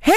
Hey,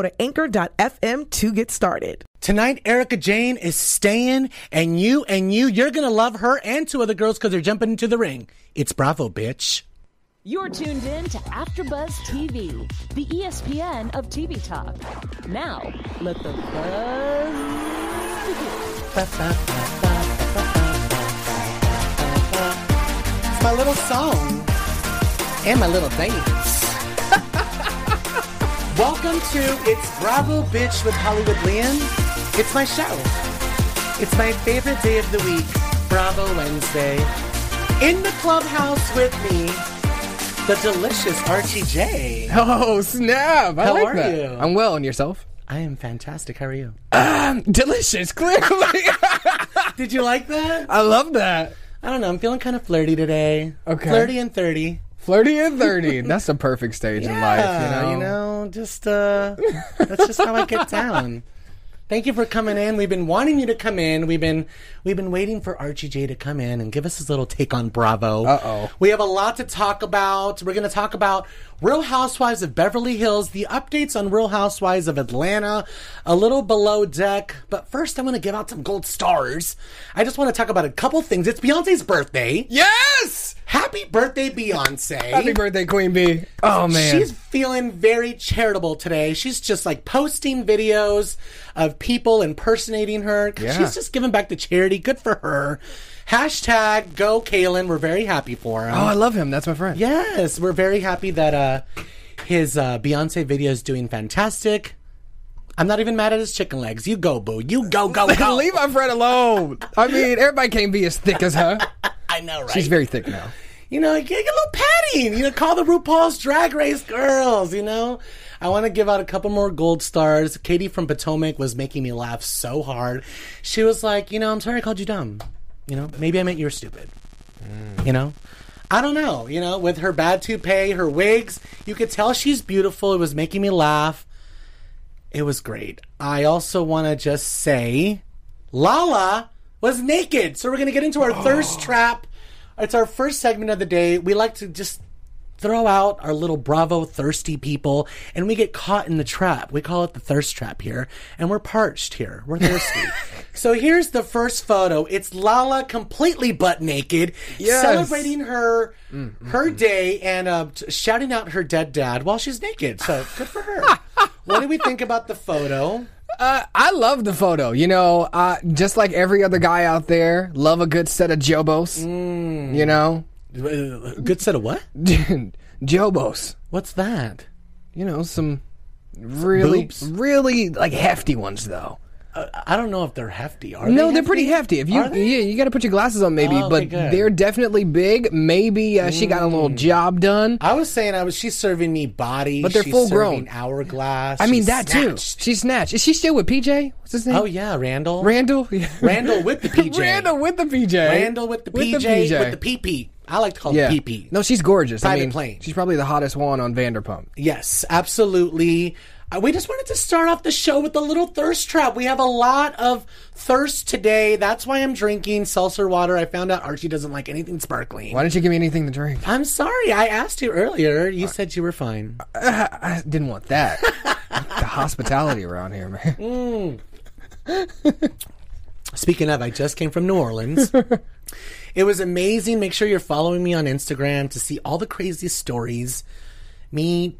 to anchor.fm to get started. Tonight, Erica Jane is staying, and you and you, you're gonna love her and two other girls because they're jumping into the ring. It's Bravo, bitch. You're tuned in to AfterBuzz TV, the E ESPN of TV talk. Now, let the buzz begin. It's my little song and my little dance. Welcome to It's Bravo, bitch, with Hollywood Liam. It's my show. It's my favorite day of the week, Bravo Wednesday. In the clubhouse with me, the delicious Archie J. Oh snap! I How like are that. you? I'm well, and yourself? I am fantastic. How are you? Delicious, clearly. Did you like that? I love that. I don't know. I'm feeling kind of flirty today. Okay. Flirty and 30. Flirty and thirty. That's the perfect stage in life, you know. you know, just, uh, that's just how I get down. Thank you for coming in. We've been wanting you to come in. We've been we've been waiting for Archie J to come in and give us his little take on Bravo. Uh-oh. We have a lot to talk about. We're going to talk about Real Housewives of Beverly Hills, the updates on Real Housewives of Atlanta, a little below deck. But first, I want to give out some gold stars. I just want to talk about a couple things. It's Beyonce's birthday. Yes! Happy birthday, Beyonce. Happy birthday, Queen B. Oh man. She's feeling very charitable today. She's just like posting videos of people impersonating her. Yeah. She's just giving back to charity. Good for her. Hashtag go Kalen. We're very happy for him. oh, I love him. That's my friend. yes, we're very happy that uh, his uh, Beyonce video is doing fantastic. I'm not even mad at his chicken legs. You go, boo. You go, go, go. Leave my friend alone. I mean, everybody can't be as thick as her. I know, right? She's very thick now. you know, get a little patting. You know, call the RuPaul's Drag Race girls. You know, I want to give out a couple more gold stars. Katie from Potomac was making me laugh so hard. She was like, you know, I'm sorry I called you dumb. You know, maybe I meant you were stupid. You know. I don't know, you know, with her bad toupee, her wigs, you could tell she's beautiful. It was making me laugh. It was great. I also want to just say Lala was naked. So we're going to get into our thirst trap. It's our first segment of the day. We like to just throw out our little Bravo thirsty people and we get caught in the trap. We call it the thirst trap here. And we're parched here. We're thirsty. so here's the first photo. It's Lala completely butt naked, Yes. celebrating her Mm, her day and uh, t- shouting out her dead dad while she's naked. So good for her. what do we think about the photo? Uh, I love the photo. You know, uh, just like every other guy out there, love a good set of jobos. Mm. You know, Uh, Good set of what? jobos. What's that? You know, some really, boobs? really like hefty ones though. I don't know if they're hefty. Are no, they? they're pretty hefty. If you, Are they? yeah, you got to put your glasses on maybe, Oh, okay, but good. Mm. they're definitely big. Maybe uh, she got a little job done. I was saying I was. She's serving me body, But they're she's full serving grown. Hourglass. I mean she's that snatched. too. She snatched. Is she still with PJ? What's his name? Oh yeah, Randall. Randall. Randall with the PJ. Randall with the PJ. Randall with the PJ. With the, PP. I like to call Yeah. it PP. No, she's gorgeous. I Private mean, plane. she's probably the hottest one on Vanderpump. Yes, absolutely. Uh, We just wanted to start off the show with a little thirst trap. We have a lot of thirst today. That's why I'm drinking seltzer water. I found out Archie doesn't like anything sparkling. Why didn't you give me anything to drink? I'm sorry. I asked you earlier. You said you were fine. I didn't want that. the hospitality around here, Mm. man. Speaking of, I just came from New Orleans. it was amazing. Make sure you're following me on Instagram to see all the crazy stories. Me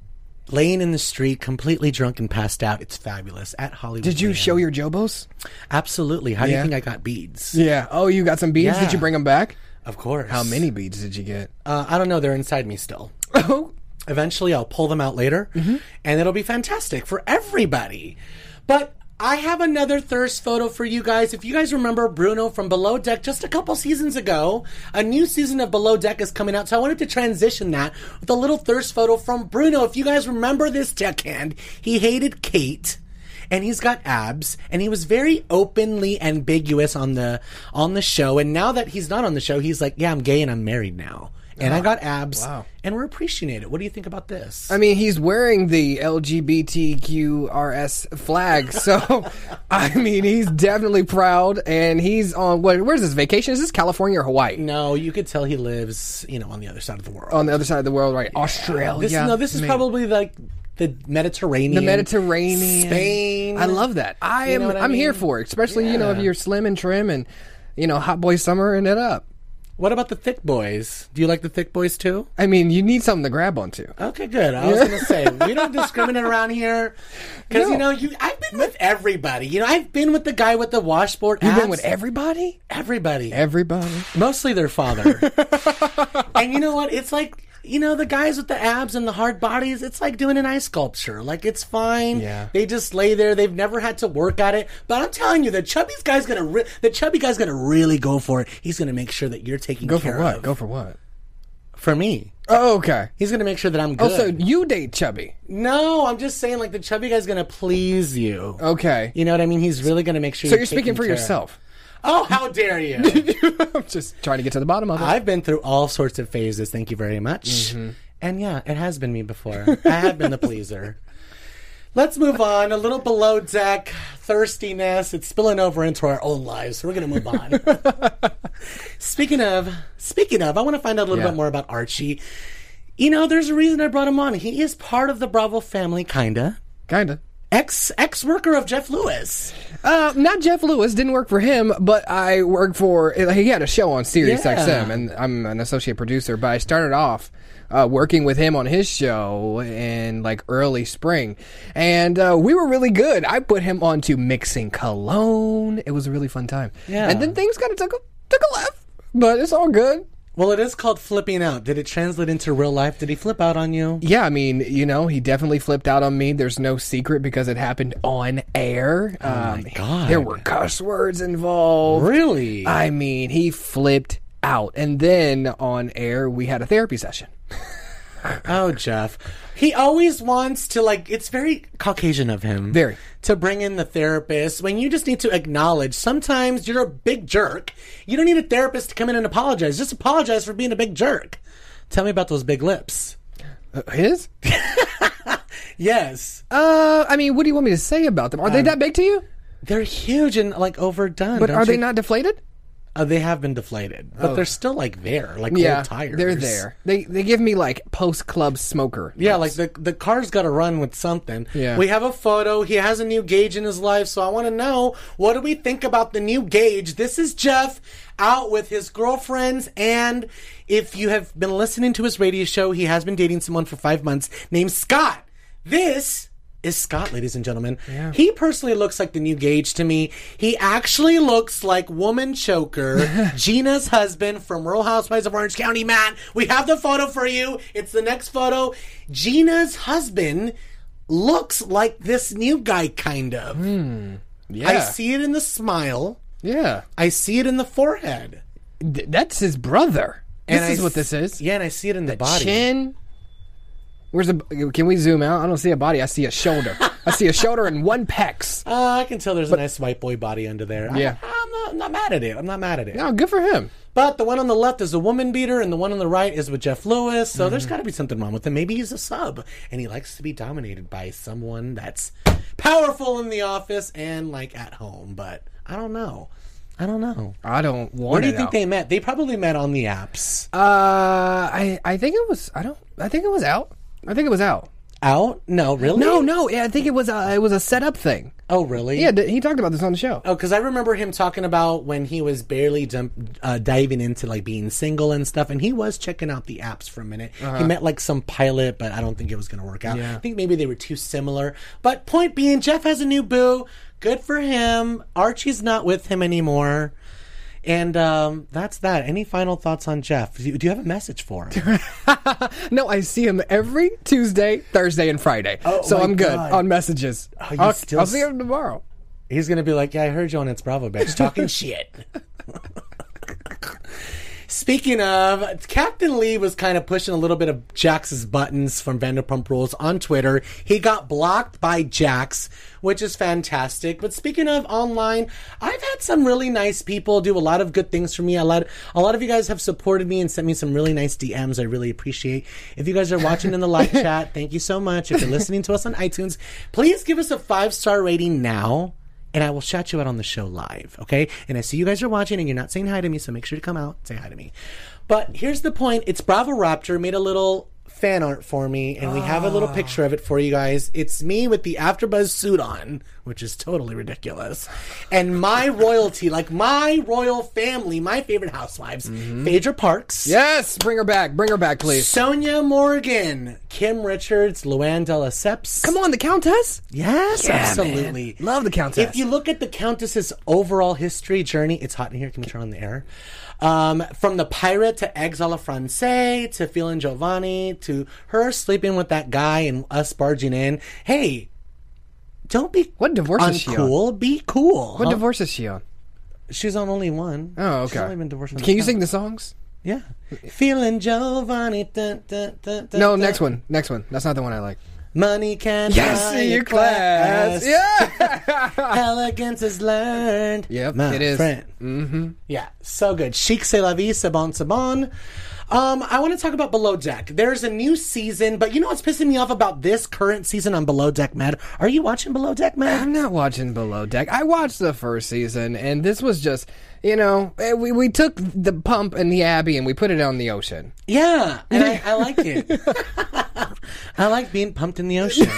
laying in the street completely drunk and passed out. It's fabulous at Hollywood. Did you Land. show your jobos? Absolutely. How do you Yeah. think I got beads? Yeah. Oh, you got some beads. Yeah. Did you bring them back? Of course. How many beads did you get? Uh, I don't know. They're inside me still. Oh, Mm-hmm. Eventually, I'll pull them out later, and it'll be fantastic for everybody. But I have another thirst photo for you guys. If you guys remember Bruno from Below Deck just a couple seasons ago, a new season of Below Deck is coming out. So I wanted to transition that with a little thirst photo from Bruno. If you guys remember this deckhand, he hated Kate and he's got abs and he was very openly ambiguous on the on the show and now that he's not on the show he's like yeah i'm gay and i'm married now and i got abs and we're appreciated what do you think about this I mean, he's wearing the LGBTQRS flag, so I mean, he's definitely proud, and he's on what? Where's this vacation? Is this California or Hawaii? no you could tell he lives you know on the other side of the world On the other side of the world, right? Australia. this, no this is Man. probably like the mediterranean the Mediterranean, spain I love that. I You am. know what I I'm here mean? for it, especially you know if Yeah. you're slim and trim and you know hot boy summer and it up. what about the thick boys do you like the thick boys too I mean, you need something to grab onto. Okay, good. I was going to say we don't discriminate around here because you know you. I've been with everybody. You know, I've been with the guy with the washboard. You've abs, been with everybody, everybody, everybody. mostly their father. and you know what? It's like you know the guys with the abs and the hard bodies. It's like doing an ice sculpture. Like it's fine. Yeah. They just lay there. They've never had to work at it. But I'm telling you, the chubby guy's gonna re- the chubby guy's gonna really go for it. He's gonna make sure that you're taking Go care for what? of. Go for what? for me. Oh, okay. He's gonna make sure that I'm good. Oh, so you date chubby? No, I'm just saying, like the chubby guy's gonna please you. Okay. You know what I mean? He's really gonna make sure. Oh. so you're speaking taken for care of. yourself. Oh, how dare you! I'm just trying to get to the bottom of it. I've been through all sorts of phases. Thank you very much. Mm-hmm. And yeah, it has been me before. I have been the pleaser. Let's move on. A little below deck thirstiness. It's spilling over into our own lives. So we're gonna move on. speaking of, speaking of, I want to find out a little Yeah. bit more about Archie. You know, there's a reason I brought him on. He is part of the Bravo family, kinda. Kinda. ex ex worker of Jeff Lewis. Uh, not Jeff Lewis. Didn't work for him, but I worked for. He had a show on Sirius Yeah. XM, and I'm an associate producer. But I started off uh, working with him on his show in like early spring, and uh, we were really good. I put him on to mixing cologne. It was a really fun time. Yeah. And then things kind of took a, took a left, but it's all good. Well, it is called flipping out. Did it translate into real life? Did he flip out on you? Yeah, I mean, you know, he definitely flipped out on me. There's no secret because it happened on air. Oh um, my God. There were cuss words involved. Really? I mean, he flipped out. And then on air, we had a therapy session. oh, Jeff. He always wants to like. It's very Caucasian of him. Very. to bring in the therapist when you just need to acknowledge. Sometimes you're a big jerk. You don't need a therapist to come in and apologize. Just apologize for being a big jerk. Tell me about those big lips. Uh, his? Yes, Uh, I mean, what do you want me to say about them? Are Um, they that big to you? they're huge and like overdone. But don't are they you- not deflated? Uh, they have been deflated, but they're still like there, like Yeah, old tires. they're there. They they give me like post club smoker. Yeah, like the the car's got to run with something. Yeah. We have a photo. He has a new gauge in his life, so I want to know what do we think about the new gauge? This is Jeff out with his girlfriends, and if you have been listening to his radio show, he has been dating someone for five months named Scott. This is Scott, ladies and gentlemen. He personally looks like the new Gage to me. He actually looks like Woman Choker, Gina's husband from Real Housewives of Orange County, Matt. We have the photo for you. It's the next photo. Gina's husband looks like this new guy, kind of. Yeah, I see it in the smile, yeah. I see it in the forehead. Th- that's his brother. This And is I what s- this is. Yeah, and I see it in the, body. Chin. Where's the? Can we zoom out? I don't see a body. I see a shoulder. I see a shoulder and one pecs. Uh, I can tell there's a nice white boy body under there. Yeah. I, am not, I'm not mad at it. I'm not mad at it. No, good for him. But the one on the left is a woman beater, and the one on the right is with Jeff Lewis. So there's got to be something wrong with him. Maybe he's a sub, and he likes to be dominated by someone that's powerful in the office and like at home. But I don't know. I don't know. I don't want. Where do you it think out. they met? They probably met on the apps. Uh, I I think it was I don't I think it was out. I think it was out. Out? No, really? No, no, yeah, I think it was uh, it was a setup thing. Oh, really? Yeah, d- he talked about this on the show. Oh, because I remember him talking about when he was barely jump, uh, diving into like being single and stuff, and he was checking out the apps for a minute. He met like some pilot, but I don't think it was going to work out. Uh-huh. Yeah. I think maybe they were too similar. But point being, Jeff has a new boo. Good for him. Archie's not with him anymore. And um, that's that. Any final thoughts on Jeff? Do you, do you have a message for him? No, I see him every Tuesday, Thursday, and Friday. so Oh my I'm good God. Oh, on messages. you I'll, still I'll see s- him tomorrow. He's gonna be like, "Yeah, I heard you on It's Bravo, bitch, talking shit." Speaking of, Captain Lee was kind of pushing a little bit of Jax's buttons from Vanderpump Rules on Twitter. He got blocked by Jax, which is fantastic. But speaking of online, I've had some really nice people do a lot of good things for me. A lot, a lot of you guys have supported me and sent me some really nice DMs. I really appreciate. If you guys are watching in the live chat, thank you so much. If you're listening to us on iTunes, please give us a five star rating now and I will shout you out on the show live, okay? And I see you guys are watching and you're not saying hi to me, so make sure to come out and say hi to me. But here's the point it's Bravo Raptor made a little fan art for me, and we have a Ah. little picture of it for you guys. It's me with the Afterbuzz suit on, which is totally ridiculous, and my royalty, like my royal family, my favorite housewives, Phaedra Parks. Mm-hmm. Yes, bring her back. Bring her back, please. Sonia Morgan, Kim Richards, Luann de Lesseps. Come on, the Countess. Yes, absolutely. man. Love the Countess. If you look at the Countess's overall history journey, it's hot in here. Can we turn on the air? Um, from the pirate to Exile Francais to Feeling Giovanni to her sleeping with that guy and us barging in. Hey, don't be What divorce is she on? uncool. Be cool. What huh? divorce is she on? She's on only one. Oh, okay. She's only been divorced. on Can you the sing count. the songs? Yeah. Feeling Giovanni. Dun, dun, dun, dun, No, dun. next one. Next one. That's not the one I like. Money can Yes, buy in you your class. Yeah. Elegance is learned. Yep, My it is. Friend. Mm-hmm. Yeah, so good. Chic c'est la vie, c'est bon, c'est bon. Um, I want to talk about Below Deck. There's a new season, but you know what's pissing me off about this current season on Below Deck, Matt? Are you watching Below Deck, Matt? I'm not watching Below Deck. I watched the first season, and this was just, you know, eh, we, we took the pump and the Abbey and we put it on the ocean. Yeah, and I, I like it. I like being pumped in the ocean.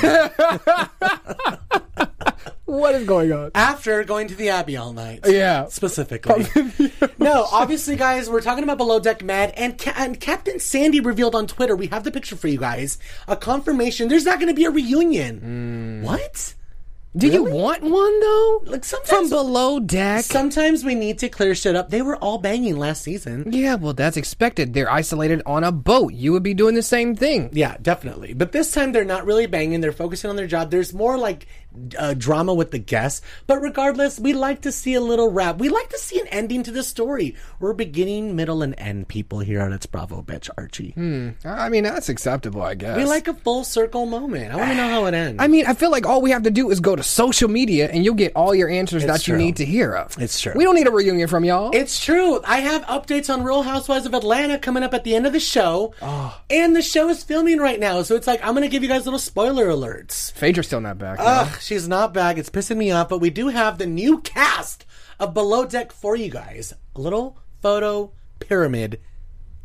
What is going on? after going to the Abbey all night. Yeah. Specifically. no, obviously, guys, we're talking about Below Deck Mad, and, Ca- and Captain Sandy revealed on Twitter, we have the picture for you guys, a confirmation there's not going to be a reunion. What? Do you want one though? Like, sometimes- from Below Deck. Sometimes we need to clear shit up. They were all banging last season. yeah, well, that's expected. They're isolated on a boat. You would be doing the same thing. Yeah, definitely. But this time they're not really banging. They're focusing on their job. There's more like uh, drama with the guests. But regardless, we like to see a little wrap. We like to see an ending to the story. We're beginning, middle, and end people here on It's Bravo, bitch, Archie. Hmm. I mean, that's acceptable, I guess. We like a full circle moment. I want to know how it ends. I mean, I feel like all we have to do is go to social media and you'll get all your answers that true. you need to hear of. It's true. We don't need a reunion from y'all. it's true. I have updates on Real Housewives of Atlanta coming up at the end of the show, Ah. and the show is filming right now. So it's like I'm gonna give you guys little spoiler alerts. Phaedra's still not back. no? Ugh, she's not back. It's pissing me off. But we do have the new cast of Below Deck for you guys. A little photo pyramid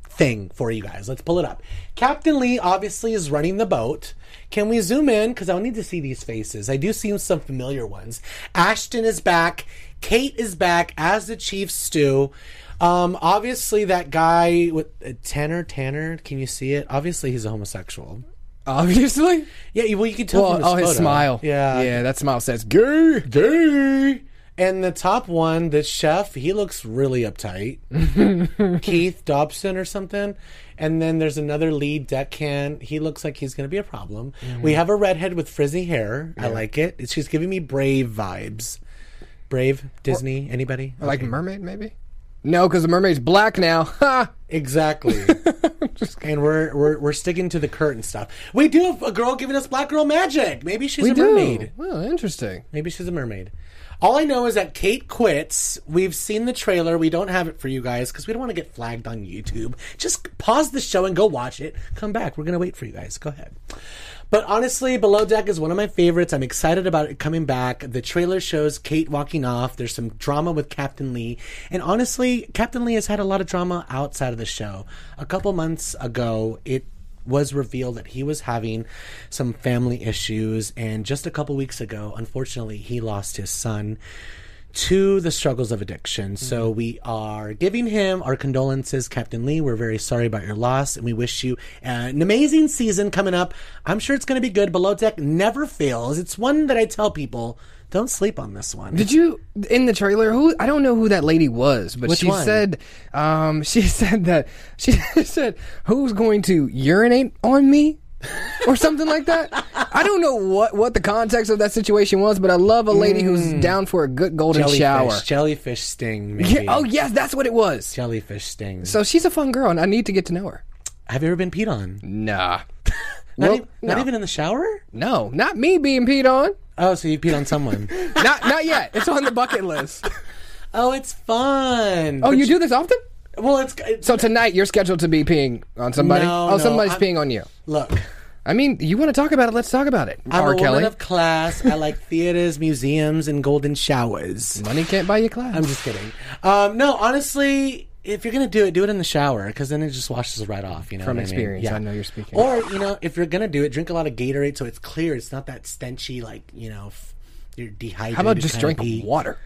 thing for you guys. Let's pull it up. Captain Lee obviously is running the boat. Can we zoom in? Because I need to see these faces. I do see some familiar ones. Ashton is back. Kate is back as the chief stew. Um, obviously that guy with uh, Tanner, Tanner, can you see it? Obviously he's a homosexual. Obviously. Yeah, you- well you can tell. Well, from oh, his photo. smile. Yeah, Yeah, that smile says gay. Gay. And the top one, the chef, he looks really uptight. Keith Dobson or something. And then there's another lead deckhand. He looks like he's going to be a problem. Mm-hmm. We have a redhead with frizzy hair. I like it. She's giving me brave vibes. Brave Disney? Anybody? Like mermaid, maybe? No, because the mermaid's black now. Ha! Exactly. and we're, we're we're sticking to the curtain stuff. We do have a girl giving us black girl magic. Maybe she's We a do. mermaid. Well, interesting. Maybe she's a mermaid. All I know is that Kate quits. We've seen the trailer. We don't have it for you guys because we don't want to get flagged on YouTube. Just pause the show and go watch it. Come back. We're going to wait for you guys. Go ahead. But honestly, Below Deck is one of my favorites. I'm excited about it coming back. The trailer shows Kate walking off. There's some drama with Captain Lee. And honestly, Captain Lee has had a lot of drama outside of the show. A couple months ago, it was revealed that he was having some family issues and just a couple weeks ago unfortunately he lost his son to the struggles of addiction so Mm-hmm. we are giving him our condolences captain lee we're very sorry about your loss and we wish you an amazing season coming up i'm sure it's going to be good below deck never fails it's one that i tell people don't sleep on this one Did you in the trailer? Who I don't know who that lady was, but Which she one? said, um, she said that she said, "Who's going to urinate on me?" or something like that. I don't know what, what the context of that situation was, but I love a lady who's Hmm. down for a good golden jellyfish, shower. jellyfish sting. Yeah, Maybe. oh yes, that's what it was. jellyfish sting. So she's a fun girl, and I need to get to know her. have you ever been peed on? Nah, Not, Well, e- not no. even in the shower. no, not me being peed on. Oh, so you peed on someone? Not not yet. It's on the bucket list. oh, it's fun. Oh, But you do this often? Well, it's, it's So tonight you're scheduled to be peeing on somebody. No, oh, no, somebody's I'm- peeing on you. look. I mean, you want to talk about it? Let's talk about it. I'm R. a Kelly, woman of class. I like theaters, museums, and golden showers. money can't buy you class. I'm just kidding. Um, no, honestly, if you're gonna do it, do it in the shower because then it just washes right off. You know, From what I mean? experience, I know you're speaking. Or you know, if you're gonna do it, drink a lot of Gatorade so it's clear. It's not that stenchy, like you know, f- you're dehydrated. How about just kinda drink pee. water?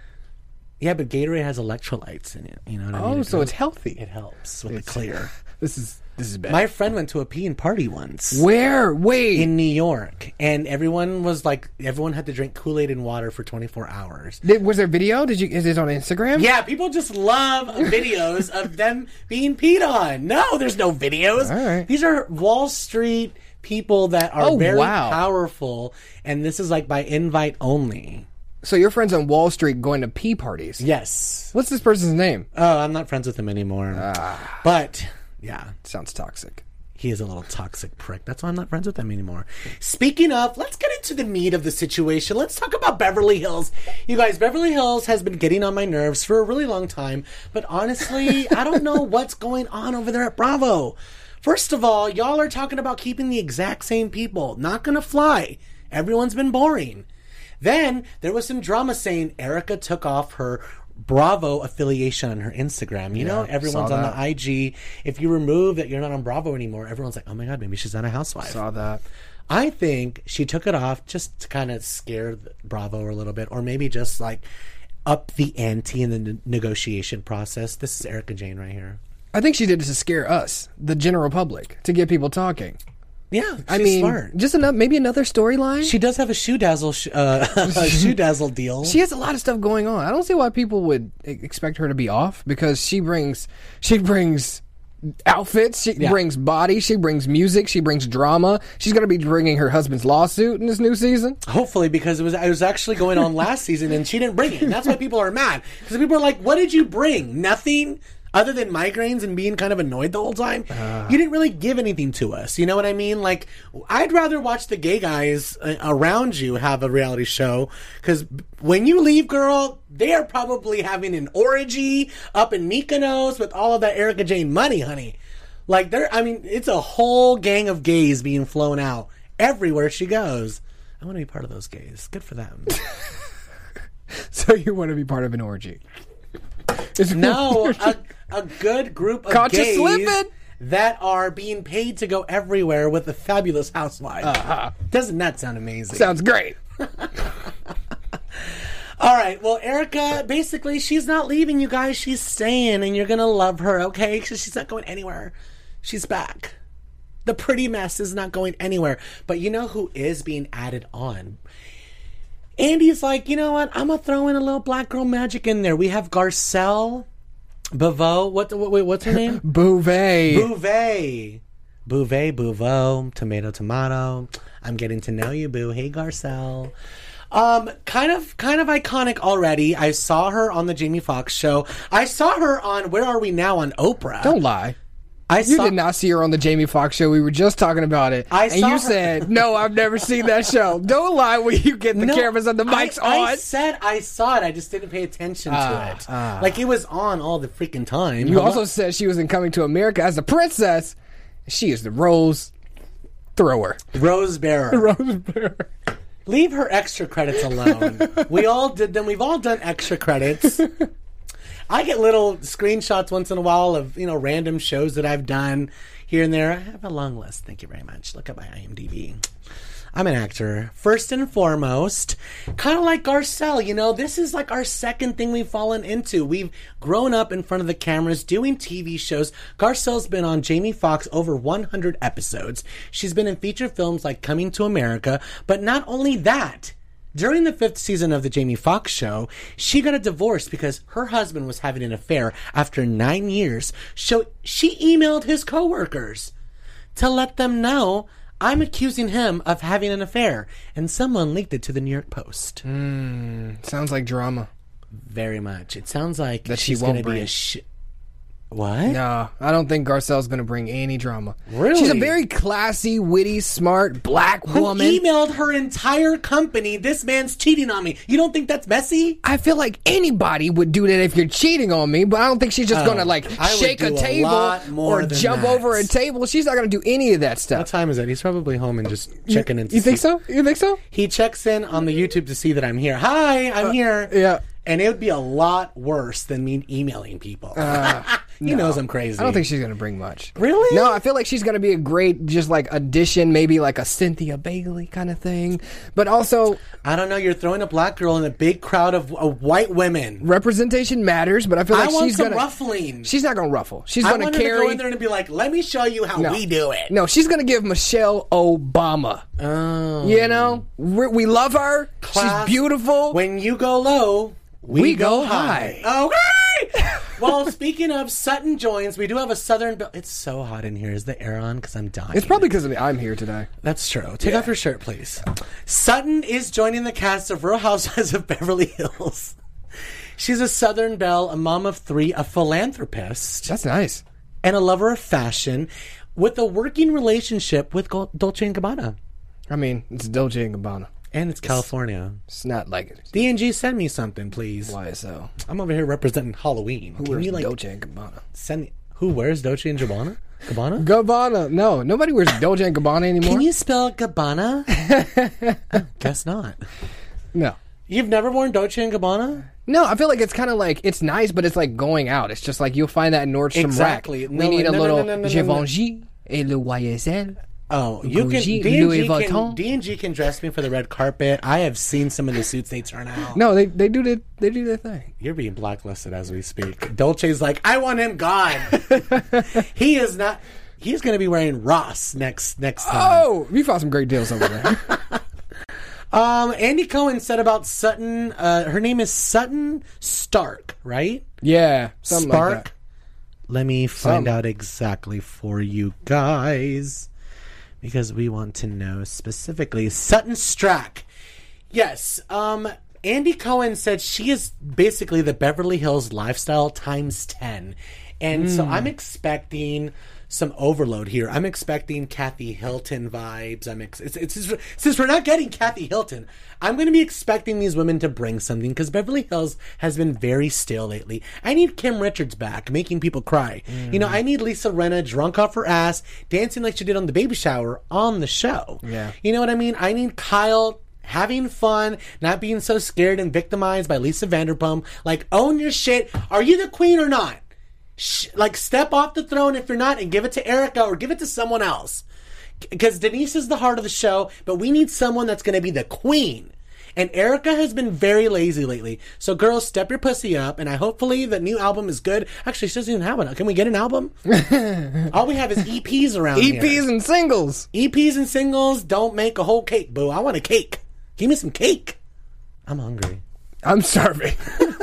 Yeah, but Gatorade has electrolytes in it. You know what I mean? Oh, It so it's helps- healthy. it helps with the clear. This is this is bad. My friend went to a pee and party once. Where? Wait. in New York, and everyone was like, everyone had to drink Kool Aid and water for 24 hours. Did- was there video? Did you? Is it on Instagram? Yeah, people just love videos of them being peed on. No, there's no videos. All right. These are Wall Street people that are Oh, very wow. powerful, and this is like by invite only. So your friends on Wall Street going to pee parties? Yes. What's this person's name? Oh, I'm not friends with him anymore. Ah. But yeah, Sounds toxic. he is a little toxic prick. That's why I'm not friends with him anymore. Speaking of, let's get into the meat of the situation. Let's talk about Beverly Hills. You guys, Beverly Hills has been getting on my nerves for a really long time, but honestly, I don't know what's going on over there at Bravo. First of all, y'all are talking about keeping the exact same people. Not gonna fly. Everyone's been boring. Then there was some drama saying Erica took off her Bravo affiliation on her Instagram. You know, everyone's on the IG. If you remove that you're not on Bravo anymore, everyone's like, oh my God, maybe she's not a housewife. Saw that. I think she took it off just to kind of scare the- Bravo a little bit, or maybe just like up the ante in the ne- negotiation process. This is Erica Jane right here. I think she did it to scare us, the general public, to get people talking. Yeah, she's I mean, smart. just enough. Maybe another storyline. She does have a shoe dazzle, sh- uh, a shoe dazzle deal. she has a lot of stuff going on. I don't see why people would e- expect her to be off because she brings she brings outfits, she brings body, she brings music, she brings drama. She's going to be bringing her husband's lawsuit in this new season. Hopefully, because it was I was actually going on last season and she didn't bring it. And that's why people are mad because people are like, "What did you bring? Nothing." Other than migraines and being kind of annoyed the whole time, you didn't really give anything to us. You know what I mean? Like, I'd rather watch the gay guys uh, around you have a reality show because when you leave, girl, they are probably having an orgy up in Mykonos with all of that Erica Jane money, honey. Like, there, I mean, it's a whole gang of gays being flown out everywhere she goes. I want to be part of those gays. Good for them. So you want to be part of an orgy? It's- no, a, a good group of Caught you gays slipping. that are being paid to go everywhere with a fabulous housewife. Doesn't that sound amazing? sounds great. All right. Well, Erica, basically, she's not leaving you guys. She's staying, and you're gonna love her, okay? Because she's not going anywhere. She's back. The pretty mess is not going anywhere. But you know who is being added on? Andy's like, you know what? I'm gonna throw in a little black girl magic in there. We have Garcelle, Bavo. What? what wait, what's her name? Bouvet. Bouvet. Bouvet, Bouveau, tomato, tomato. I'm getting to know you, Boo. Hey, Garcelle. Um, kind of, kind of iconic already. I saw her on the Jamie Foxx show. I saw her on Where Are We Now on Oprah. Don't lie. I You saw, did not see her on the Jamie Foxx show. We were just talking about it. I and saw you her- said, No, I've never seen that show. Don't lie when you get the No, cameras and the mics I, on. Ah, I said I saw it. I just didn't pay attention to it. like it was on all the freaking time. You also said she was in Coming to America as a princess. She is the rose thrower. Rose Bearer. Leave her extra credits alone. we all did them. We've all done extra credits. I get little screenshots once in a while of you know random shows that I've done here and there. I have a long list. Thank you very much. Look at my IMDb. I'm an actor first and foremost, kind of like Garcelle. You know, this is like our second thing we've fallen into. We've grown up in front of the cameras doing TV shows. Garcelle's been on Jamie Foxx over 100 episodes. She's been in feature films like Coming to America, but not only that. During the fifth season of the Jamie Foxx show, she got a divorce because her husband was having an affair after nine years. So she emailed his coworkers to let them know I'm accusing him of having an affair, and someone leaked it to the New York Post. Sounds like drama. Very much. It sounds like That she she's won't going to be bring. a sh- what? Nah, I don't think Garcelle's gonna bring any drama. Really? She's a very classy, witty, smart black Who woman. emailed her entire company? This man's cheating on me. You don't think that's messy? I feel like anybody would do that if you're cheating on me, but I don't think she's just gonna like Oh, I would shake a do a table lot more or than jump that. over a table. She's not gonna do any of that What stuff. time is it? He's probably home and just checking in. to You think see- so? You think so? He checks in on the YouTube to see that I'm here. Hi, I'm here. Uh, yeah. And it would be a lot worse than me emailing people. he knows I'm crazy. Uh, I don't think she's gonna bring much. Really? No, I feel like she's gonna be a great, just like addition, maybe like a Cynthia Bailey kind of thing, but also I don't know. You're throwing a black girl in a big crowd of uh, white women. representation matters. But I feel I like want she's some gonna ruffling. She's not gonna ruffle. She's I gonna want carry. her to go in there and be like, "Let me show you how we do it." No, she's gonna give Michelle Obama. Oh. You know, we, we love her. Class, she's beautiful. When you go low, we, We go, go high. Okay. well, speaking of Sutton joins, we do have a Southern. bu- It's so hot in here. Is the air on? Because I'm dying. it's probably because I'm here today. That's true. Take off your shirt, please. Sutton is joining the cast of Real Housewives of Beverly Hills. She's a Southern belle, a mom of three, a philanthropist, That's nice. and a lover of fashion, with a working relationship with Gol- Dolce and Gabbana. I mean, it's Dolce and Gabbana. And it's California. It's not like it's DNG, send me something, please. YSL. I'm over here representing Halloween. Who Can Where's you like Dolce and Gabbana? send me who wears Dolce and Gabbana? Gabbana? Gabbana. No, nobody wears Dolce and Gabbana anymore. Can you spell Gabbana? Oh, guess not. No. You've never worn Dolce and Gabbana? No, I feel like it's kind of like it's nice, but it's like going out. It's just like you'll find that in Nordstrom Exactly. Rack. No, we need a no, no, little no, no, no, no, no. Givenchy et le YSL. Oh, you can Gucci, DNG Louis Vuitton. can DNG can dress me for the red carpet. I have seen some of the suits they turn out. No, they they do the, they do their thing. You're being blacklisted as we speak. Dolce's like, I want him gone. he is not. He's going to be wearing Ross next next time. Oh, we found some great deals over there. Oh! Um, Andy Cohen said about Sutton. Uh, her name is Sutton Stark, right? yeah, something Spark. like that. Let me find Some. out exactly for you guys because we want to know specifically. Sutton Strack. Yes. Um, Andy Cohen said she is basically the Beverly Hills lifestyle times 10. And so Hmm. I'm expecting some overload here. I'm expecting Kathy Hilton vibes. I'm ex- it's, it's, it's- since we're not getting Kathy Hilton, I'm going to be expecting these women to bring something because Beverly Hills has been very stale lately. I need Kim Richards back, making people cry. You know, I need Lisa Renna drunk off her ass, dancing like she did on the baby shower on the show. Yeah. You know what I mean? I need Kyle having fun, not being so scared and victimized by Lisa Vanderpump. Like, own your shit. Are you the queen or not? Sh- like, step off the throne if you're not and give it to Erica or give it to someone else. Because Denise is the heart of the show, but we need someone that's going to be the queen. And Erica has been very lazy lately. So, girls, step your pussy up, and I hopefully the new album is good. Actually, she doesn't even have one. Can we get an album? All we have is EPs around here. EPs and singles. EPs E and singles don't make a whole cake, boo. I want a cake. Give me some cake. I'm hungry. I'm starving.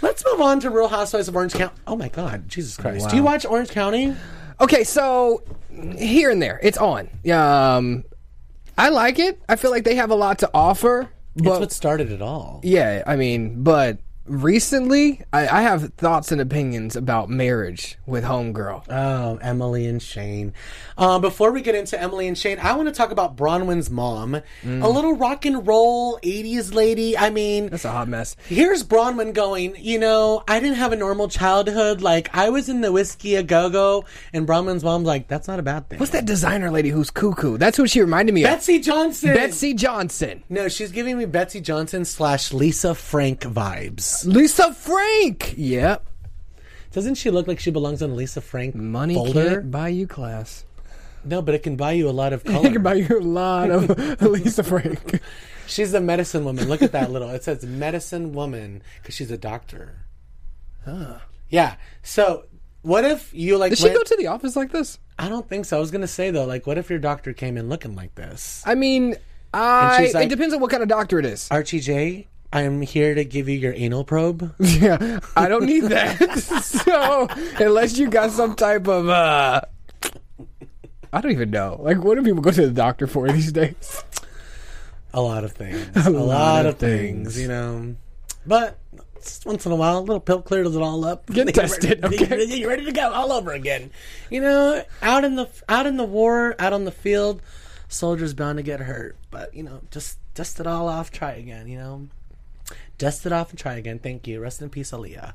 Let's move on to Real Housewives of Orange County. Oh my God, Jesus Christ! Do you watch Orange County? okay, so here and there, it's on. Um, I like it. I feel like they have a lot to offer. That's But what started it all. yeah, I mean, but recently, I, I have thoughts and opinions about marriage with Homegirl. Oh, Emily and Shane. Uh, before we get into Emily and Shane, I want to talk about Bronwyn's mom, a little rock and roll '80s lady. I mean, Mm. That's a hot mess. Here's Bronwyn going, you know, I didn't have a normal childhood. Like, I was in the whiskey a go go, and Bronwyn's mom's like, that's not a bad thing. What's that designer lady who's cuckoo? That's who she reminded me Betsy Johnson. of. Betsy Johnson. No, she's giving me Betsy Johnson slash Lisa Frank vibes. Lisa Frank. Yep. Doesn't she look like she belongs on a Lisa Frank Money folder? can't buy you class. No, but it can buy you a lot of color. you a lot of Lisa Frank. she's the medicine woman. Look at that little. It says medicine woman because she's a doctor. Huh. Yeah. So what if you like? Does she went- go to the office like this? I don't think so. I was gonna say though, like, what if your doctor came in looking like this? I mean, I. she's like- it depends on what kind of doctor it is. Archie J, I'm here to give you your anal probe. yeah, I don't need that. so unless you got some type of uh, I don't even know. Like, what do people go to the doctor for these days? A lot of things. A, lot, of things. you know. But just once in a while, a little pill clears it all up. Get tested, ready, okay? You're ready to go all over again. You know, out in the out in the war, out on the field, soldiers bound to get hurt. But you know, just dust it all off. Try again. You know, dust it off and try again. Thank you. Rest in peace, Aaliyah.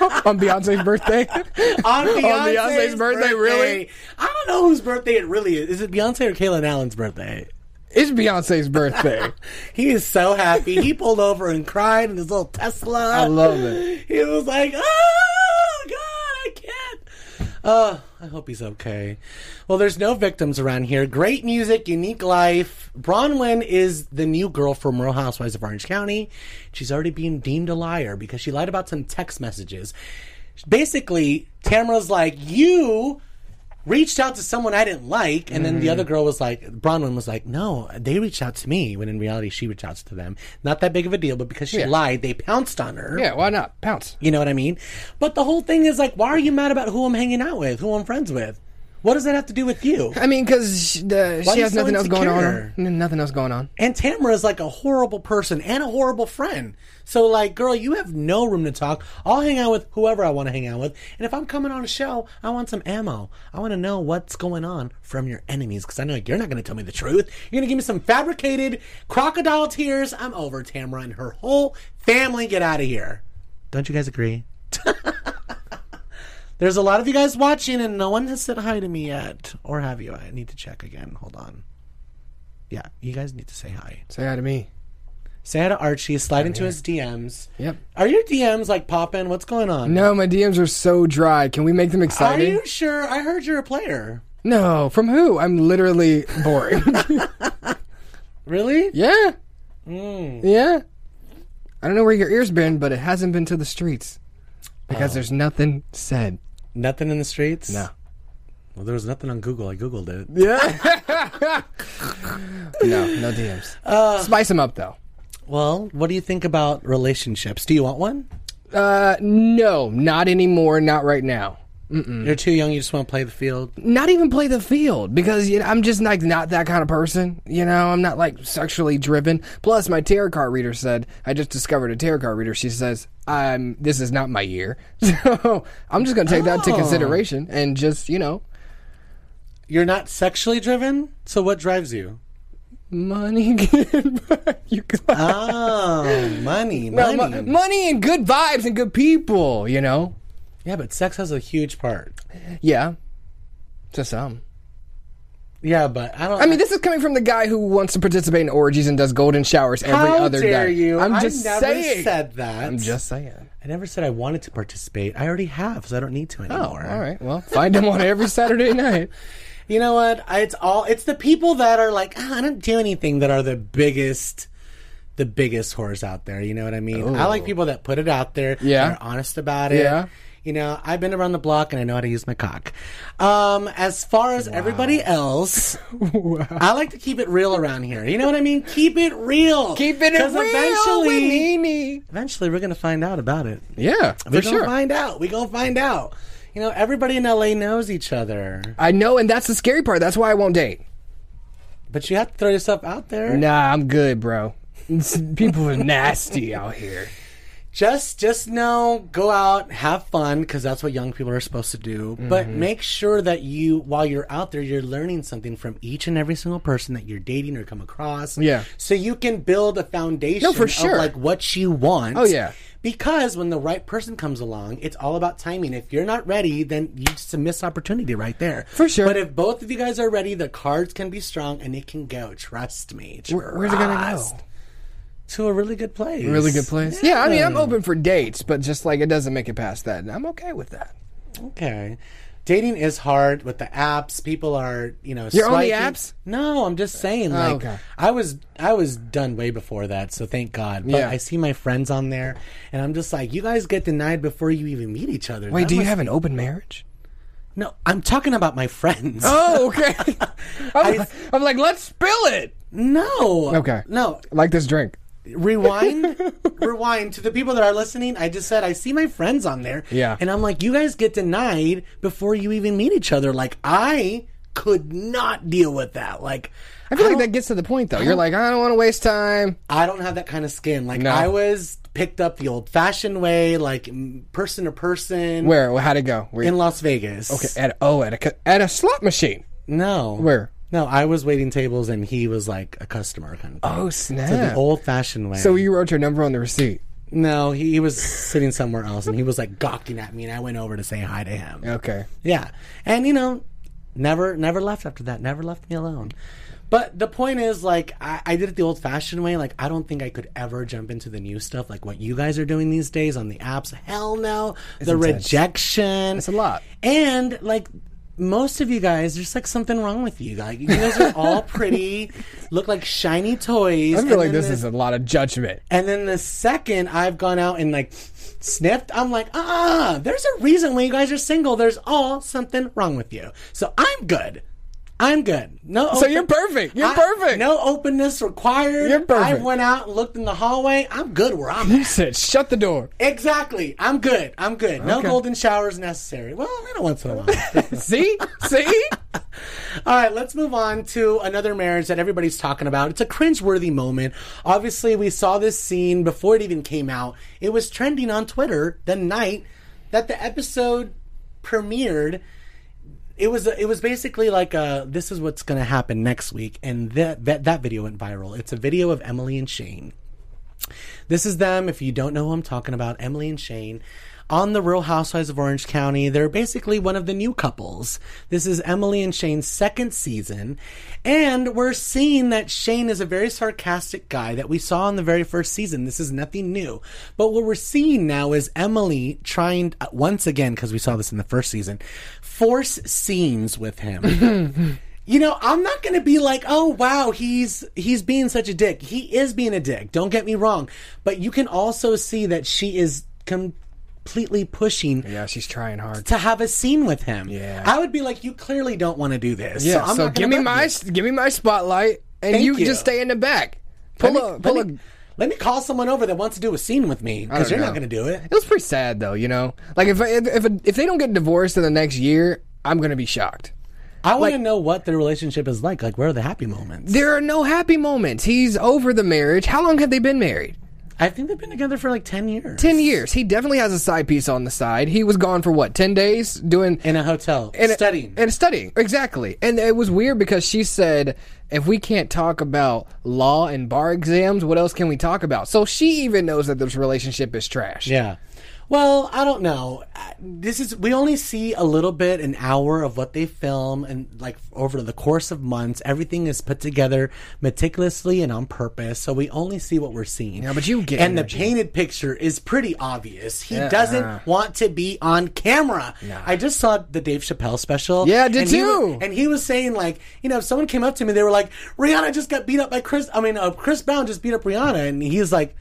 on Beyonce's birthday? on Beyonce's birthday, really? I don't know whose birthday it really is. Is it Beyonce or Kaylin Allen's birthday? it's Beyonce's birthday. He is so happy. He pulled over and cried in his little Tesla. I love it. He was like, "Oh God, I can't." Uh, I hope he's okay. Well, there's no victims around here. Great music, unique life. Bronwyn is the new girl from Real Housewives of Orange County. She's already being deemed a liar because she lied about some text messages. Basically, Tamara's like, "You reached out to someone I didn't like, and then the other girl was like, Bronwyn was like, no, they reached out to me, when in reality she reached out to them. Not that big of a deal, but because she lied, they pounced on her. Yeah, why not? Pounce. You know what I mean? But the whole thing is like, why are you mad about who I'm hanging out with, who I'm friends with? What does that have to do with you? I mean, because she, the- Why she you has so nothing else going on. insecure? N- Nothing else going on. And Tamara is like a horrible person and a horrible friend. So, like, girl, you have no room to talk. I'll hang out with whoever I want to hang out with. And if I'm coming on a show, I want some ammo. I want to know what's going on from your enemies because I know you're not going to tell me the truth. You're going to give me some fabricated crocodile tears. I'm over Tamara and her whole family. Get out of here. Don't you guys agree? There's a lot of you guys watching, and no one has said hi to me yet. Or have you? I need to check again. Hold on. Yeah, you guys need to say hi. Say hi to me. Say hi to Archie. Slide into his DMs. Yep. Are your DMs like popping? What's going on? No, my DMs are so dry. Can we make them Are exciting? you sure? I heard you're a player. No, from who? I'm literally boring. Really? yeah. Yeah. I don't know where your ears been, but it hasn't been to the streets because there's nothing said. Nothing in the streets? No. Well, there was nothing on Google. I Googled it. No, no DMs. Spice them up though. Well, what do you think about relationships? Do you want one? Uh, no, not anymore. Not right now. Hmm. You're too young. You just want to play the field. Not even play the field because you know, I'm just like not that kind of person. You know, I'm not like sexually driven. Plus, my tarot card reader said I just discovered a tarot card reader. She says I'm this is not my year, so I'm just gonna take that into consideration and just you know You're not sexually driven? So what drives you? money again. you could- Oh, money. No, Money. mo- Ah, money and good vibes and good people. You know, yeah, but sex has a huge part. yeah, to some. Yeah, but I don't. I mean, this is coming from the guy who wants to participate in orgies and does golden showers every How other dare day. you? I'm I just never saying. said that. I'm just saying. I never said I wanted to participate. I already have, so I don't need to Oh, anymore. all right. Well, find him on every Saturday night. You know what? I- It's all it's the people that are like, "Ah, I don't do anything that are the biggest the biggest whores out there. You know what I mean? I like people that put it out there. Yeah. that are honest about it. Yeah. You know, I've been around the block and I know how to use my cock. Um, as far as everybody else, I like to keep it real around here. You know what I mean? Keep it real. Keeping it 'Cause real with Nene. eventually, we're gonna find out about it. Yeah, We're for gonna sure. find out. We gonna find out. You know, everybody in LA knows each other. I know, and that's the scary part. That's why I won't date. But you have to throw yourself out there. Nah, I'm good, bro. People are nasty out here. Just just know, go out, have fun, because that's what young people are supposed to do. But Mm-hmm. make sure that you, while you're out there, you're learning something from each and every single person that you're dating or come across. Yeah. So you can build a foundation No, for sure. of like what you want. Oh, yeah. Because when the right person comes along, it's all about timing. If you're not ready, then you just a missed opportunity right there. For sure. But if both of you guys are ready, the cards can be strong and it can go. Trust me. Where- Where's it gonna Trust. go? To a really good place. Really good place. Yeah, I mean, I'm open for dates, but just like it doesn't make it past that, and I'm okay with that. Okay. Dating is hard with the apps. People are, you know, You're on the swiping- apps? Oh, No, I'm just saying. Like, okay. I was, I was done way before that. So thank God. But Yeah. I see my friends on there, and I'm just like, you guys get denied before you even meet each other. Wait, That do you must- have an open marriage? No, I'm talking about my friends. Oh, okay. I'm, I'm like, let's spill it. No. Okay. No. Like this drink. rewind, rewind to the people that are listening. I just said I see my friends on there. Yeah. and I'm like, you guys get denied before you even meet each other. Like I could not deal with that. Like I feel like don't- that gets to the point though. You're like, I don't want to waste time. I don't have that kind of skin. Like No. I was picked up the old fashioned way, like m- person to person. Where? How'd it go? Where in Las Vegas? Okay. at oh at a ca- at a slot machine. No. Where? No, I was waiting tables and he was like a customer kind of. Thing. Oh snap! So the old fashioned way. So you wrote your number on the receipt. no, he, he was sitting somewhere else and he was like gawking at me and I went over to say hi to him. Okay. Yeah. And you know, never never left after that. Never left me alone. But the point is like I, I did it the old fashioned way. Like I don't think I could ever jump into the new stuff like what you guys are doing these days on the apps. Hell no. the intense. rejection. It's a lot. And like most of you guys, there's like something wrong with you. Like you guys are all pretty, look like shiny toys. I feel and like then this the- is a lot of judgment. and then the second I've gone out and like sniffed, I'm like, ah, there's a reason why you guys are single. There's all something wrong with you. So I'm good. I'm good. No, So you're perfect. You're perfect. No openness required. You're perfect. I went out and looked in the hallway. I'm good where I'm You at. said, "Shut the door." Exactly. I'm good. I'm good. No Okay. golden showers necessary. Well, you know, once in a while. See, see. All right, let's move on to another marriage that everybody's talking about. It's a cringeworthy moment. Obviously, we saw this scene before it even came out. It was trending on Twitter the night that the episode premiered. It was it was basically like uh this is what's going to happen next week, and that, that that video went viral. It's a video of Emily and Shane. This is them. If you don't know who I'm talking about, Emily and Shane on the Real Housewives of Orange County. They're basically one of the new couples. This is Emily and Shane's second season. And we're seeing that Shane is a very sarcastic guy that we saw in the very first season. This is nothing new. But what we're seeing now is Emily trying, uh, once again, because we saw this in the first season, force scenes with him. you know i'm not gonna be like oh wow he's he's being such a dick he is being a dick don't get me wrong but you can also see that she is completely pushing Yeah, she's trying hard. to have a scene with him Yeah. i would be like you clearly don't want to do this Yeah. I'm So, not gonna give me let my you. s give me my spotlight, and Thank you, you. just stay in the back. Pull Let me- a pull let a. me- let me call someone over that wants to do a scene with me I don't because you're know. not gonna do it It was pretty sad though, you know. Like if if if, if they don't get divorced in the next year, I'm gonna be shocked. i want to know what their relationship is like like where are the happy moments There are no happy moments. He's over the marriage. How long have they been married? i think they've been together for like 10 years 10 years. He definitely has a side piece on the side. He was gone for what, 10 days doing. in a hotel and- studying And studying, exactly. And it was weird because she said, if we can't talk about law and bar exams, what else can we talk about? So she even knows that this relationship is trash. Yeah. Well, I don't know. Uh, This is we only see a little bit, an hour of what they film, and like over the course of months, everything is put together meticulously and on purpose. So we only see what we're seeing. Yeah, but you get and energy. the painted picture is pretty obvious. He Yeah. uh-huh. doesn't want to be on camera. I just saw the Dave Chappelle special. Yeah, I did and he wa- too. and he was saying like, you know, if someone came up to me, they were like, "Rihanna just got beat up by Chris." I mean, uh, Chris Brown just beat up Rihanna, and he's like,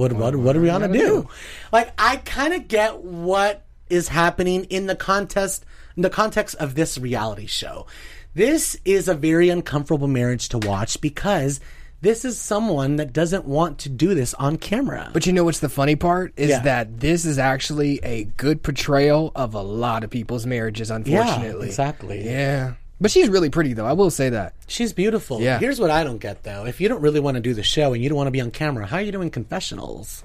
"What? What? What did Rihanna do?" Like, I kind of get what is happening in the contest, in the context of this reality show. This is a very uncomfortable marriage to watch because this is someone that doesn't want to do this on camera. But you know what's the funny part is Yeah. that this is actually a good portrayal of a lot of people's marriages. Unfortunately, exactly. Yeah, but she's really pretty though. I will say that. She's beautiful. Yeah. Here's what I don't get though: if you don't really want to do the show and you don't want to be on camera, how are you doing confessionals?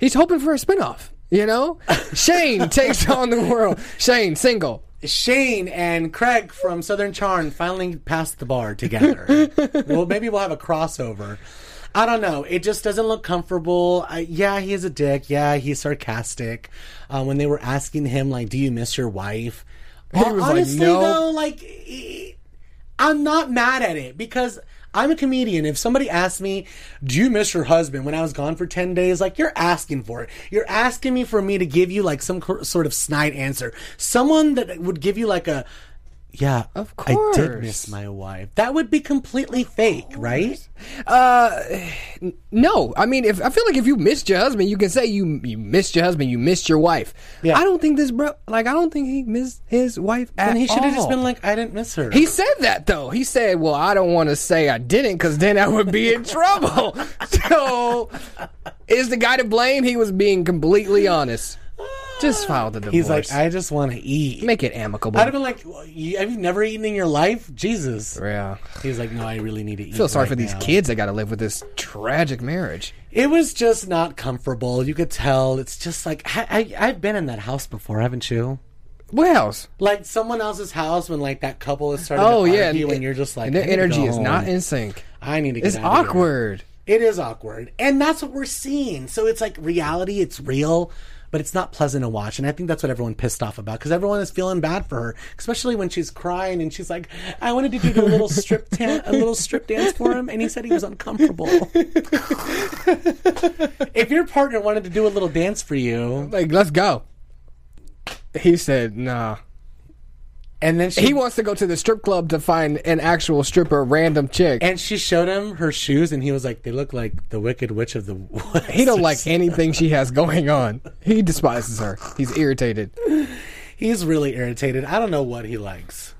He's hoping for a spinoff. You know, Shane takes on the world. Shane single. Shane and Craig from Southern Charm finally passed the bar together. well, maybe we'll have a crossover. I don't know. It just doesn't look comfortable. I, yeah, he is a dick. Yeah, he's sarcastic. Uh, when they were asking him, like, "Do you miss your wife?" Hon- was like, honestly, "No." though, like, e- I'm not mad at it because I'm a comedian. If somebody asked me, "Do you miss your husband?" when I was gone for ten days, like you're asking for it. You're asking me for me to give you like some cor- sort of snide answer. Someone that would give you like a Yeah, Of I did miss course. my wife. That would be completely fake, right? No, I mean, if I feel like if you missed your husband, you can say you you missed your husband, you missed your wife. Yeah. I don't think this bro, like, I don't think he missed his wife at And he should have just all. been like, I didn't miss her. He said that though. He said, "Well, I don't want to say I didn't, because then I would be in trouble." so, is the guy to blame? He was being completely honest. Just file the divorce. He's like, I just want to eat. make it amicable. I'd have been like, "Well, you- have you never eaten in your life? Jesus. yeah, He's like, no, I really need to eat. feel sorry right for these now." kids that got to live with this tragic marriage. It was just not comfortable. You could tell. It's just like, I, I, I've been in that house before, haven't you? What else? Like someone else's house when like that couple is starting Oh to yeah, argue and you're just like, and their "I need to energy go is home. not in sync. I need to get It's out of here." awkward. It is awkward. And that's what we're seeing. So it's like reality, it's real, but it's not pleasant to watch. And I think that's what everyone pissed off about because everyone is feeling bad for her, especially when she's crying and she's like, I wanted to do a little strip dan- a little strip dance for him and he said he was uncomfortable. if your partner wanted to do a little dance for you Like, let's go. He said, "Nah." and then she He wants to go to the strip club to find an actual stripper, random chick. and she showed him her shoes and he was like, They look like the wicked witch of the woods. He don't like anything she has going on. He despises her. He's irritated. He's really irritated. I don't know what he likes.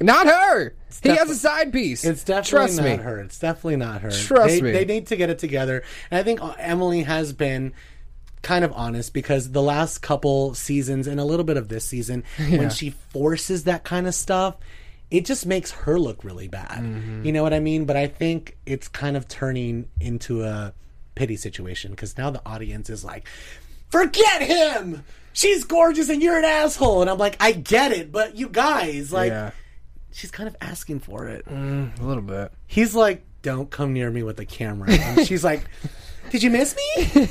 Not her. He defi- has a side piece. It's definitely Trust not me. her. It's definitely not her. Trust they, me. They need to get it together. And I think uh, Emily has been kind of honest because the last couple seasons and a little bit of this season, when she forces that kind of stuff, it just makes her look really bad. Mm-hmm. You know what I mean? But I think it's kind of turning into a pity situation because now the audience is like, forget him. She's gorgeous and you're an asshole. And I'm like, I get it, but you guys, like, Yeah, she's kind of asking for it a little bit. he's like, "Don't come near me with a camera." And she's like, "Did you miss me?"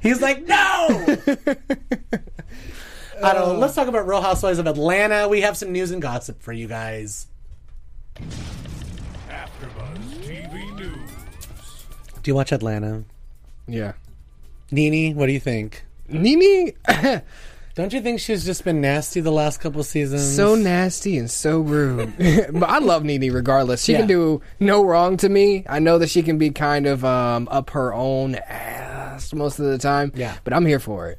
he's like, "No." I don't know. Let's talk about Real Housewives of Atlanta. We have some news and gossip for you guys. AfterBuzz TV News. Do you watch Atlanta? Yeah. Nene, what do you think? Nini, Don't you think she's just been nasty the last couple seasons? so nasty and so rude. but I love Nini regardless. She Yeah. can do no wrong to me. I know that she can be kind of um, up her own ass most of the time. Yeah. But I'm here for it.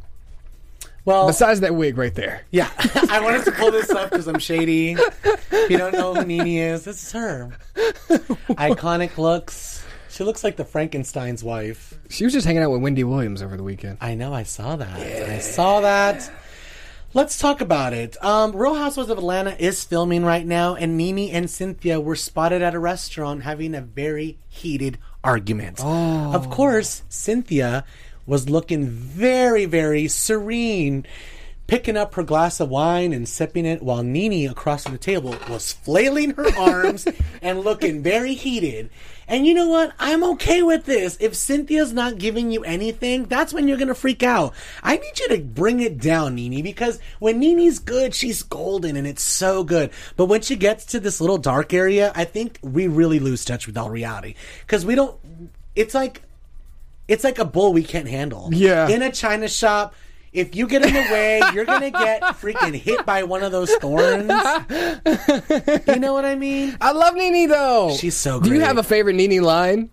well. Besides that wig right there. yeah, I wanted to pull this up because I'm shady. If you don't know who Nene is, this is her. Iconic looks. She looks like the Frankenstein's wife. She was just hanging out with Wendy Williams over the weekend. I know, I saw that. I saw that. Let's talk about it. Um, Real Housewives of Atlanta is filming right now, and Nene and Cynthia were spotted at a restaurant having a very heated argument. Of course, Cynthia was looking very, very serene, picking up her glass of wine and sipping it, while Nene across from the table was flailing her arms and looking very heated. And you know what? I'm okay with this. If Cynthia's not giving you anything, that's when you're going to freak out. I need you to bring it down, Nene, because when Nene's good, she's golden and it's so good. But when she gets to this little dark area, I think we really lose touch with all reality because we don't. It's like. It's like a bull we can't handle. Yeah. In a china shop, if you get in the way, you're going to get freaking hit by one of those thorns. you know what I mean? I love Nini though. She's so Do you great. have a favorite Nini line?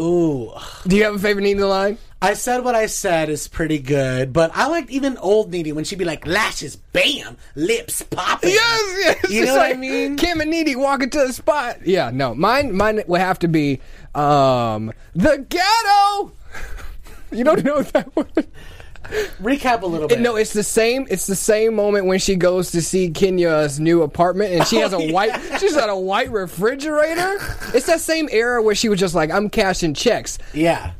Ooh. Do you have a favorite Nini line? I said what I said is pretty good, but I liked even old Needy when she'd be like, lashes, bam, lips popping. Yes, yes. You It's know what I like mean? Kim and Needy walking to the spot. Yeah, no. Mine mine would have to be um the ghetto. You don't know that one. Recap a little bit. No, it's the same. It's the same moment when she goes to see Kenya's new apartment, and she has a white. She's got a white refrigerator. It's that same era where she was just like, "I'm cashing checks, yeah.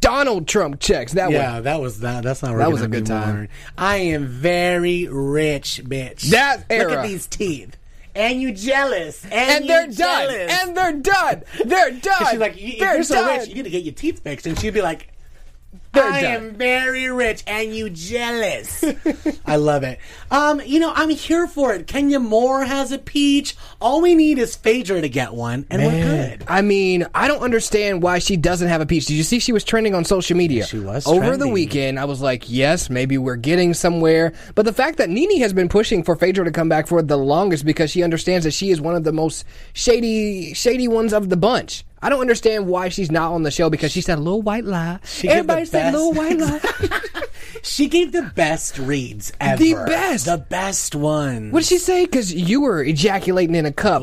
Donald Trump checks." That one. Yeah, that was that. That's not working Oh, was a on good me, time. Warren. I am very rich, bitch. That Look at era. these teeth, and you jealous, and, and you they're done. jealous. And they're done. They're done. she's like, "You- if they're you're so done. rich, you need to get your teeth fixed, and she'd be like, They're I done. am very rich and you jealous. I love it. Um, you know, I'm here for it. Kenya Moore has a peach. All we need is Phaedra to get one, and we're good. I mean, I don't understand why she doesn't have a peach. Did you see she was trending on social media? She was Over the trending. weekend, I was like, yes, maybe we're getting somewhere. But the fact that Nini has been pushing for Phaedra to come back for the longest because she understands that she is one of the most shady, shady ones of the bunch. I don't understand why she's not on the show because she said little white lie. gave the Everybody best- said little white lie. She gave the best reads ever. best. The best one. What'd she say? Because you were ejaculating in a cup.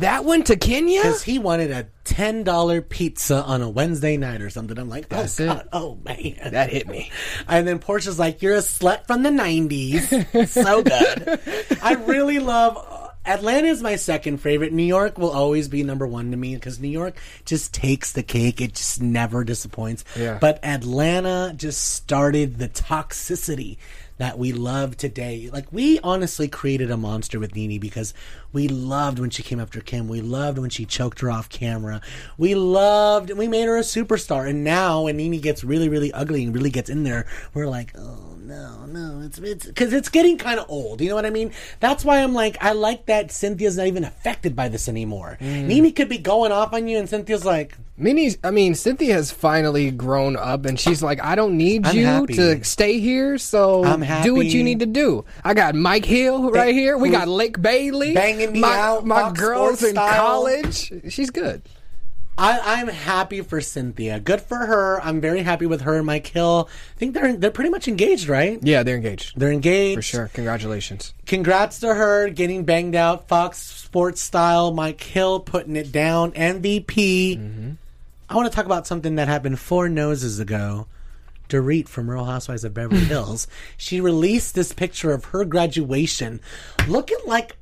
That one to Kenya? Because he wanted a ten dollar pizza on a Wednesday night or something. I'm like, oh That's it. god, oh man, That hit me. And then Portia's like, "You're a slut from the '90s." so good. I really love. uh, Atlanta is my second favorite. New York will always be number one to me because New York just takes the cake. It just never disappoints. Yeah. But Atlanta just started the toxicity that we love today. Like we honestly created a monster with Nene because we loved when she came after Kim. We loved when she choked her off camera. We loved we made her a superstar. And now when Nene gets really, really ugly and really gets in there, we're like, oh no, no, it's it's because it's getting kind of old. You know what I mean? That's why I'm like, I like that Cynthia's not even affected by this anymore. Nene could be going off on you, and Cynthia's like, Minnie's, I mean, Cynthia has finally grown up and she's like, I don't need I'm you happy. to stay here, so I'm do what happy. you need to do. I got Mike Hill right here. We got Lake Bailey. Banging me my, out, My Fox girl's Sports in style. college. She's good. I, I'm happy for Cynthia. Good for her. I'm very happy with her and Mike Hill. I think they're they're pretty much engaged, right? Yeah, they're engaged. They're engaged. For sure. Congratulations. Congrats to her getting banged out. Fox Sports style. Mike Hill putting it down. MVP. Mm-hmm. I want to talk about something that happened four noses ago. Dorit from Real Housewives of Beverly Hills. She released this picture of her graduation looking like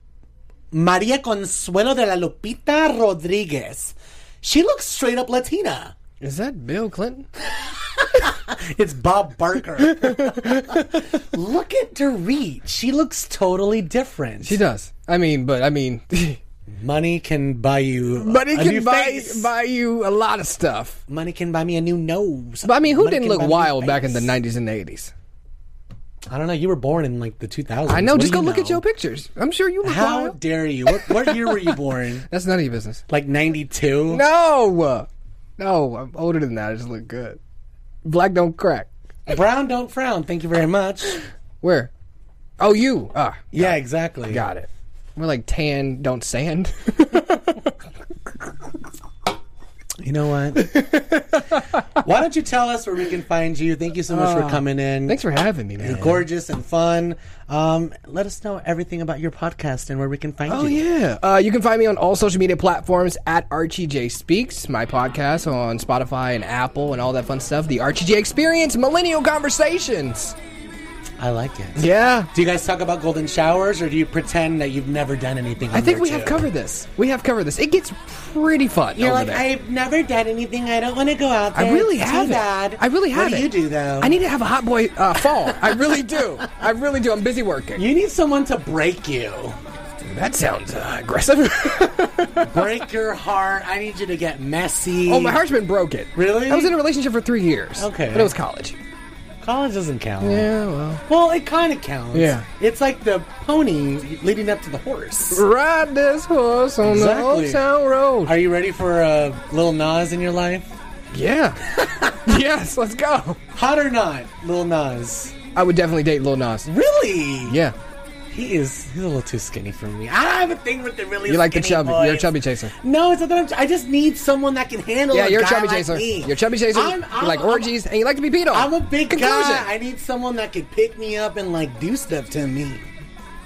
Maria Consuelo de la Lupita Rodriguez. She looks straight up Latina. Is that Bill Clinton? It's Bob Barker. Look at Dorit. She looks totally different. She does. I mean, but I mean, Money can buy you. but he a can new buy, face. buy you a lot of stuff. Money can buy me a new nose. But I mean, who Money didn't can look buy me a wild face. back in the 90s and the 80s? I don't know. You were born in like the 2000s. I know. What just do go you look at know? your pictures. I'm sure you look How wild. dare you? What, what year were you born? That's none of your business. Like 92? No, no, I'm older than that. I just look good. Black don't crack. Brown don't frown. Thank you very much. Where? Oh, you. Ah, Yeah, exactly. got it. We're like tan, don't sand. You know what? Why don't you tell us where we can find you? Thank you so much for coming in. Ah. Thanks for having me, man. You're gorgeous and fun. Um, let us know everything about your podcast and where we can find Oh you. yeah! Uh, you can find me on all social media platforms at Archie J Speaks, my podcast on Spotify and Apple and all that fun stuff. The Archie J Experience, Millennial Conversations. I like it. Yeah, Do you guys talk about golden showers, or do you pretend that you've never done anything? I think we have covered this. We have covered this. It gets pretty fun. You're over like, there. I've never done anything. I don't want to go out there. I really It's too have it. bad." I really what have it. do you do though? I need to have a hot boy uh, fall. I really do. I really do. I'm busy working. You need someone to break you, That sounds uh, aggressive. break your heart. I need you to get messy. oh, my heart's been broken. Really? I was in a relationship for three years. Okay. But it was college. College doesn't count. Yeah, well. Well, it kind of counts. Yeah. It's like the pony leading up to the horse. Ride this horse on the Exactly. Old Town Road. Are you ready for a little Nas in your life? yeah. yes, let's go. Hot or not, Lil Nas? I would definitely date Lil Nas. Really? Yeah. He is. He's a little too skinny for me. I have a thing with the really. You like the skinny chubby. You're a boys. chubby chaser. No, it's not that I'm, ch- I just need someone that can handle. Yeah, a you're a guy chubby like chaser. me. You're a chubby chaser. I'm- I'm- you like I'm- orgies, and you like to be beat on. I'm a big Conclusion. guy. I need someone that can pick me up and like do stuff to me.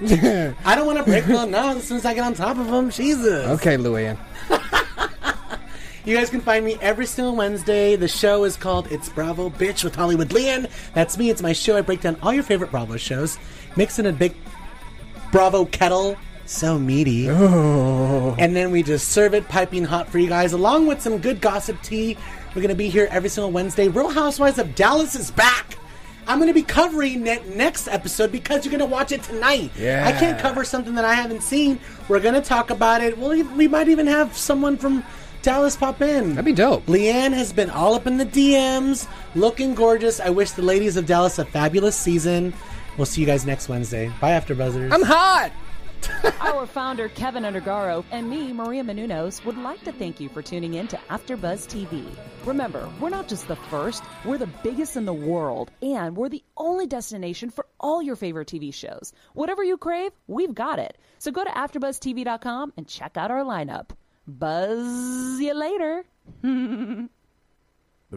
I don't want to break Lil Nas as soon as I get on top of him. Jesus. Okay, Luann. You guys can find me every single Wednesday. The show is called It's Bravo Bitch with Hollywood Leanne. That's me. It's my show. I break down all your favorite Bravo shows, mix in a big Bravo kettle. So meaty. And then we just serve it piping hot for you guys, along with some good gossip tea. We're going to be here every single Wednesday. Real Housewives of Dallas is back. I'm going to be covering it next episode because you're going to watch it tonight. Yeah. I can't cover something that I haven't seen. We're going to talk about it. Well, we might even have someone from Dallas pop in. That'd be dope. Leanne has been all up in the DMs, looking gorgeous. I wish the ladies of Dallas a fabulous season. We'll see you guys next Wednesday. Bye, After Buzzers. I'm hot. Our founder, Kevin Undergaro, and me, Maria Menounos, would like to thank you for tuning in to AfterBuzz TV. Remember, we're not just the first, we're the biggest in the world, and we're the only destination for all your favorite TV shows. Whatever you crave, we've got it. So go to AfterBuzzTV.com and check out our lineup. Buzz you later. The